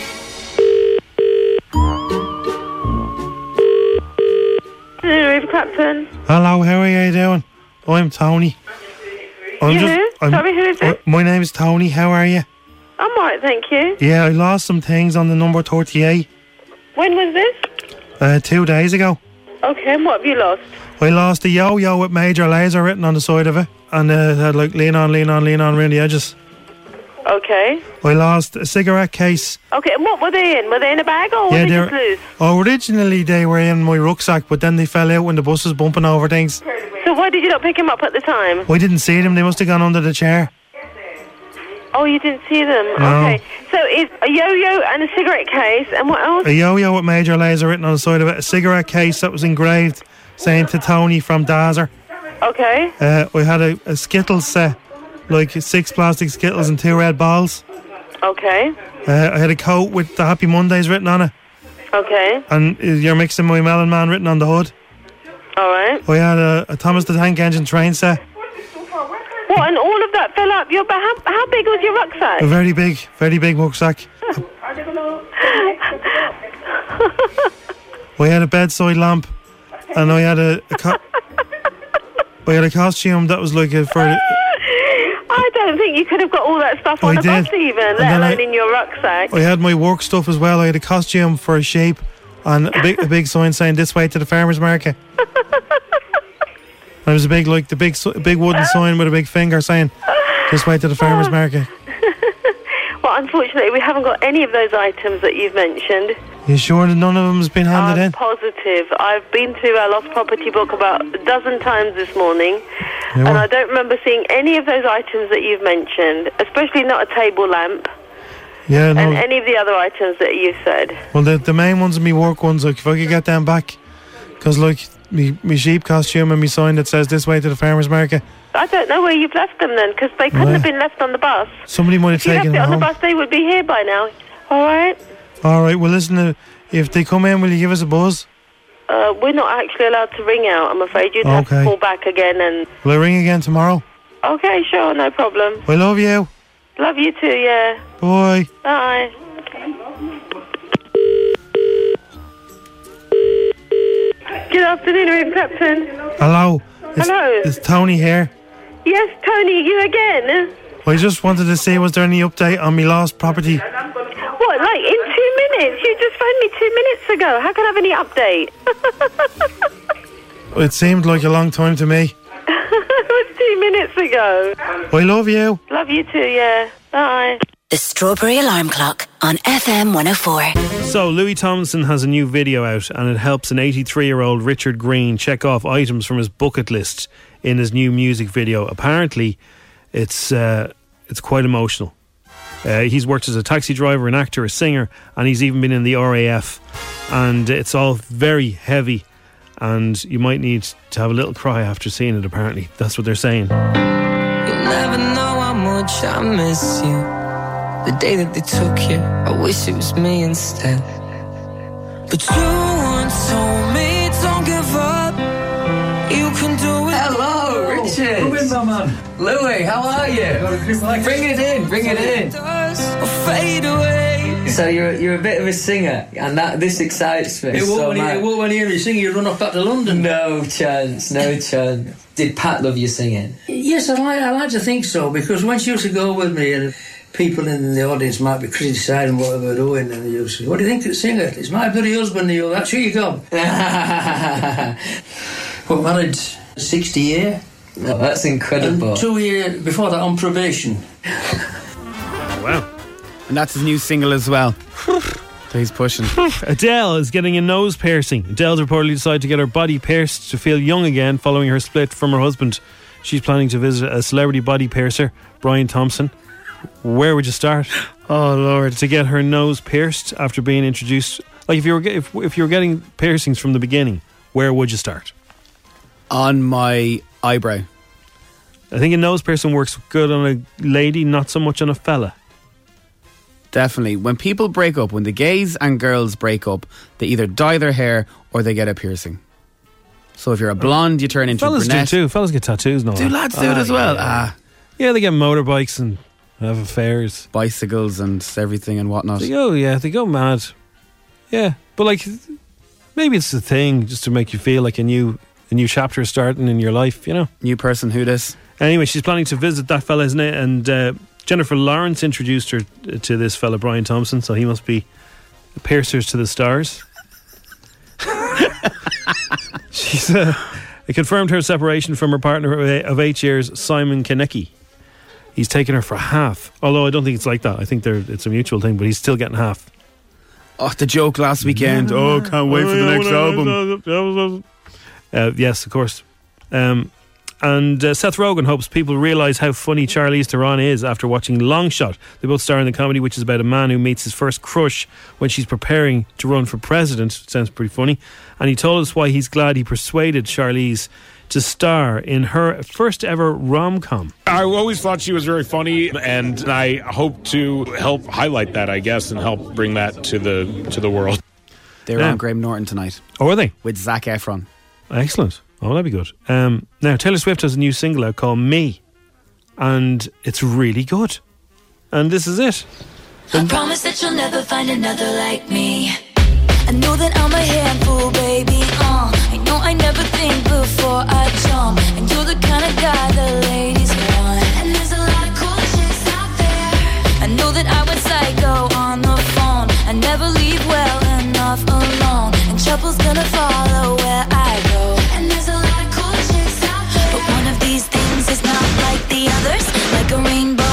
Hello, Captain.
Hello, how are you doing? I'm Tony.
You who? Sorry, who is it?
I- uh, my name's Tony. How are you?
I'm right, thank you.
Yeah, I lost some things on the number 38
When was this?
uh, two days ago.
Okay, and what have you lost?
I lost a yo-yo with major laser written on the side of it, and uh, it had like lean on, lean on, lean on around the edges.
Okay.
I lost a cigarette case.
Okay, and what were they in? Were they in a bag or were they
they're-
just loose?
originally they were in my rucksack, but then they fell out when the bus was bumping over things.
So why did you not pick them up at the time?
I didn't see them. They must have gone under the chair.
Oh, you didn't see them.
No.
Okay. So it's a yo-yo and a cigarette case, and what else?
A yo-yo with major laser written on the side of it, a cigarette case that was engraved saying to Tony from Dazer.
Okay.
Uh, we had a, a Skittles set, like six plastic Skittles and two red balls.
Okay.
Uh, I had a coat with the Happy Mondays written on it,
Okay.
and uh, you're mixing my Melon Man written on the hood.
All right.
We had a, a Thomas the Tank Engine train set,
What? And all of that fell out your bag? How, how big was your rucksack?
a very big, very big rucksack. We had a bedside lamp, and I had a, a co- we had a costume that was like a, for
I don't think you could have got all that stuff
I
on a
Oh, did.
bus even,
And
let
then I- Oh,
alone in your rucksack.
I had my work stuff as well. I had a costume for a sheep and a big, a big sign saying "This way to the farmers market." there was a big, like the big, s- big wooden sign with a big finger saying "This way to the farmers market."
Well, unfortunately, we haven't got any of those items that you've mentioned.
You sure that none of them has been handed
I'm
in?
positive. I've been through our lost property book about a dozen times this morning,
Yeah.
and I don't remember seeing any of those items that you've mentioned, especially not a table lamp
Yeah,
and
no.
any of the other items that you said.
Well, the the main ones and me work ones. Like if I could get them back, because like me, me sheep costume and me sign that says "This way to the farmers market."
I don't know where you've left them then, because they couldn't
Right.
have been left on the bus.
Somebody might have
If you left
taken
it
them
on the
home.
bus, they would be here by now. All right.
All right. Well, listen. uh, If they come in, will you give us a buzz?
Uh, we're not actually allowed to ring out, I'm afraid. You'd have to
Okay.
call back again and.
Will I ring again tomorrow?
Okay, sure, no problem.
I love you.
Love you too, yeah.
Bye.
Bye. Good afternoon, Room Captain.
Hello. It's,
Hello.
It's Tony here.
Yes, Tony, you again?
I just wanted to see was there any update on my lost property?
What, like in two minutes? You just phoned me two minutes ago. How can I have any update?
It seemed like a long time to me.
it was two minutes ago.
I love you.
Love you too, yeah. Bye.
The Strawberry Alarm Clock on FM 104.
So Louis Tomlinson has a new video out, and it helps an 83-year-old Richard Green check off items from his bucket list in his new music video. Apparently, it's uh, it's quite emotional. Uh, he's worked as a taxi driver, an actor, a singer, and he's even been in the RAF. And it's all very heavy, and you might need to have a little cry after seeing it, apparently. That's what they're saying.
Never know how much I miss you. The day that they took you, I wish it was me instead. But you once told me, don't give up. You can do it.
Hello, Richard. Come in, my man.
Louis, how are you?
Bring it in, bring it in. Oh,
Fade away.
So you're you're a bit of a singer, and that this excites me. It won't so when you- much. it won't when you hear you sing, you run off back to London. No chance, no chance. Did Pat love you singing? Yes, I like, I like to think so because when she used to go with me and people in the audience might be criticising what we were doing and they used to say, what do you think of the singer? It's my bloody husband, you that's who you got. We're married 60 year. Oh, that's incredible. And two year before that on probation.
Wow.
And that's his new single as well. so he's pushing.
Adele is getting a nose piercing. Adele's reportedly decided to get her body pierced to feel young again following her split from her husband. She's planning to visit a celebrity body piercer, Brian Thompson. Where would you start? Oh Lord! To get her nose pierced after being introduced, like if you were ge- if, if you were getting piercings from the beginning, where would you start?
On my eyebrow.
I think a nose piercing works good on a lady, not so much on a fella.
Definitely. When people break up, when the gays and girls break up, they either dye their hair or they get a piercing. So if you're a blonde, you turn into
Oh. Fellas
a brunette.
do too. Fellas get tattoos and all
Do
that.
lads do it as well?
Yeah,
Ah.
Yeah, they get motorbikes and have affairs,
bicycles and everything and whatnot.
They go, yeah, they go mad. Yeah, but like, maybe it's the thing just to make you feel like a new a new chapter is starting in your life. You know,
new person who this.
Anyway, she's planning to visit that fella, isn't it? And uh, Jennifer Lawrence introduced her to this fella, Brian Thompson. So he must be piercers to the stars. she's uh, confirmed her separation from her partner of eight- of eight years, Simon Konecki. He's taken her for half. Although I don't think it's like that. I think they're, it's a mutual thing, but he's still getting half.
Oh, the joke last weekend. Oh, can't wait for the next album.
Uh, yes, of course. Um, and uh, Seth Rogen hopes people realise how funny Charlize Theron is after watching Long Shot. They both star in the comedy, which is about a man who meets his first crush when she's preparing to run for president. Sounds pretty funny. And he told us why he's glad he persuaded Charlize to star in her first ever rom com.
I always thought she was very funny, and I hope to help highlight that, I guess, and help bring that to the to the world.
They were
Yeah.
on Graham Norton tonight.
Oh, are they?
With Zach Efron.
Excellent. Oh, that'd be good. Um, now, Taylor Swift has a new single out called Me, and it's really good. And this is it.
I promise that you'll never find another like me. I know that I'm a handful, baby. Uh, I know I never think before I jump, and you're the kind of guy the ladies want. And there's a lot of cool chicks out there. I know that I went psycho on the phone. I never leave well enough alone, and trouble's gonna follow where I go. And there's a lot of cool chicks out there, but one of these things is not like the others, like a rainbow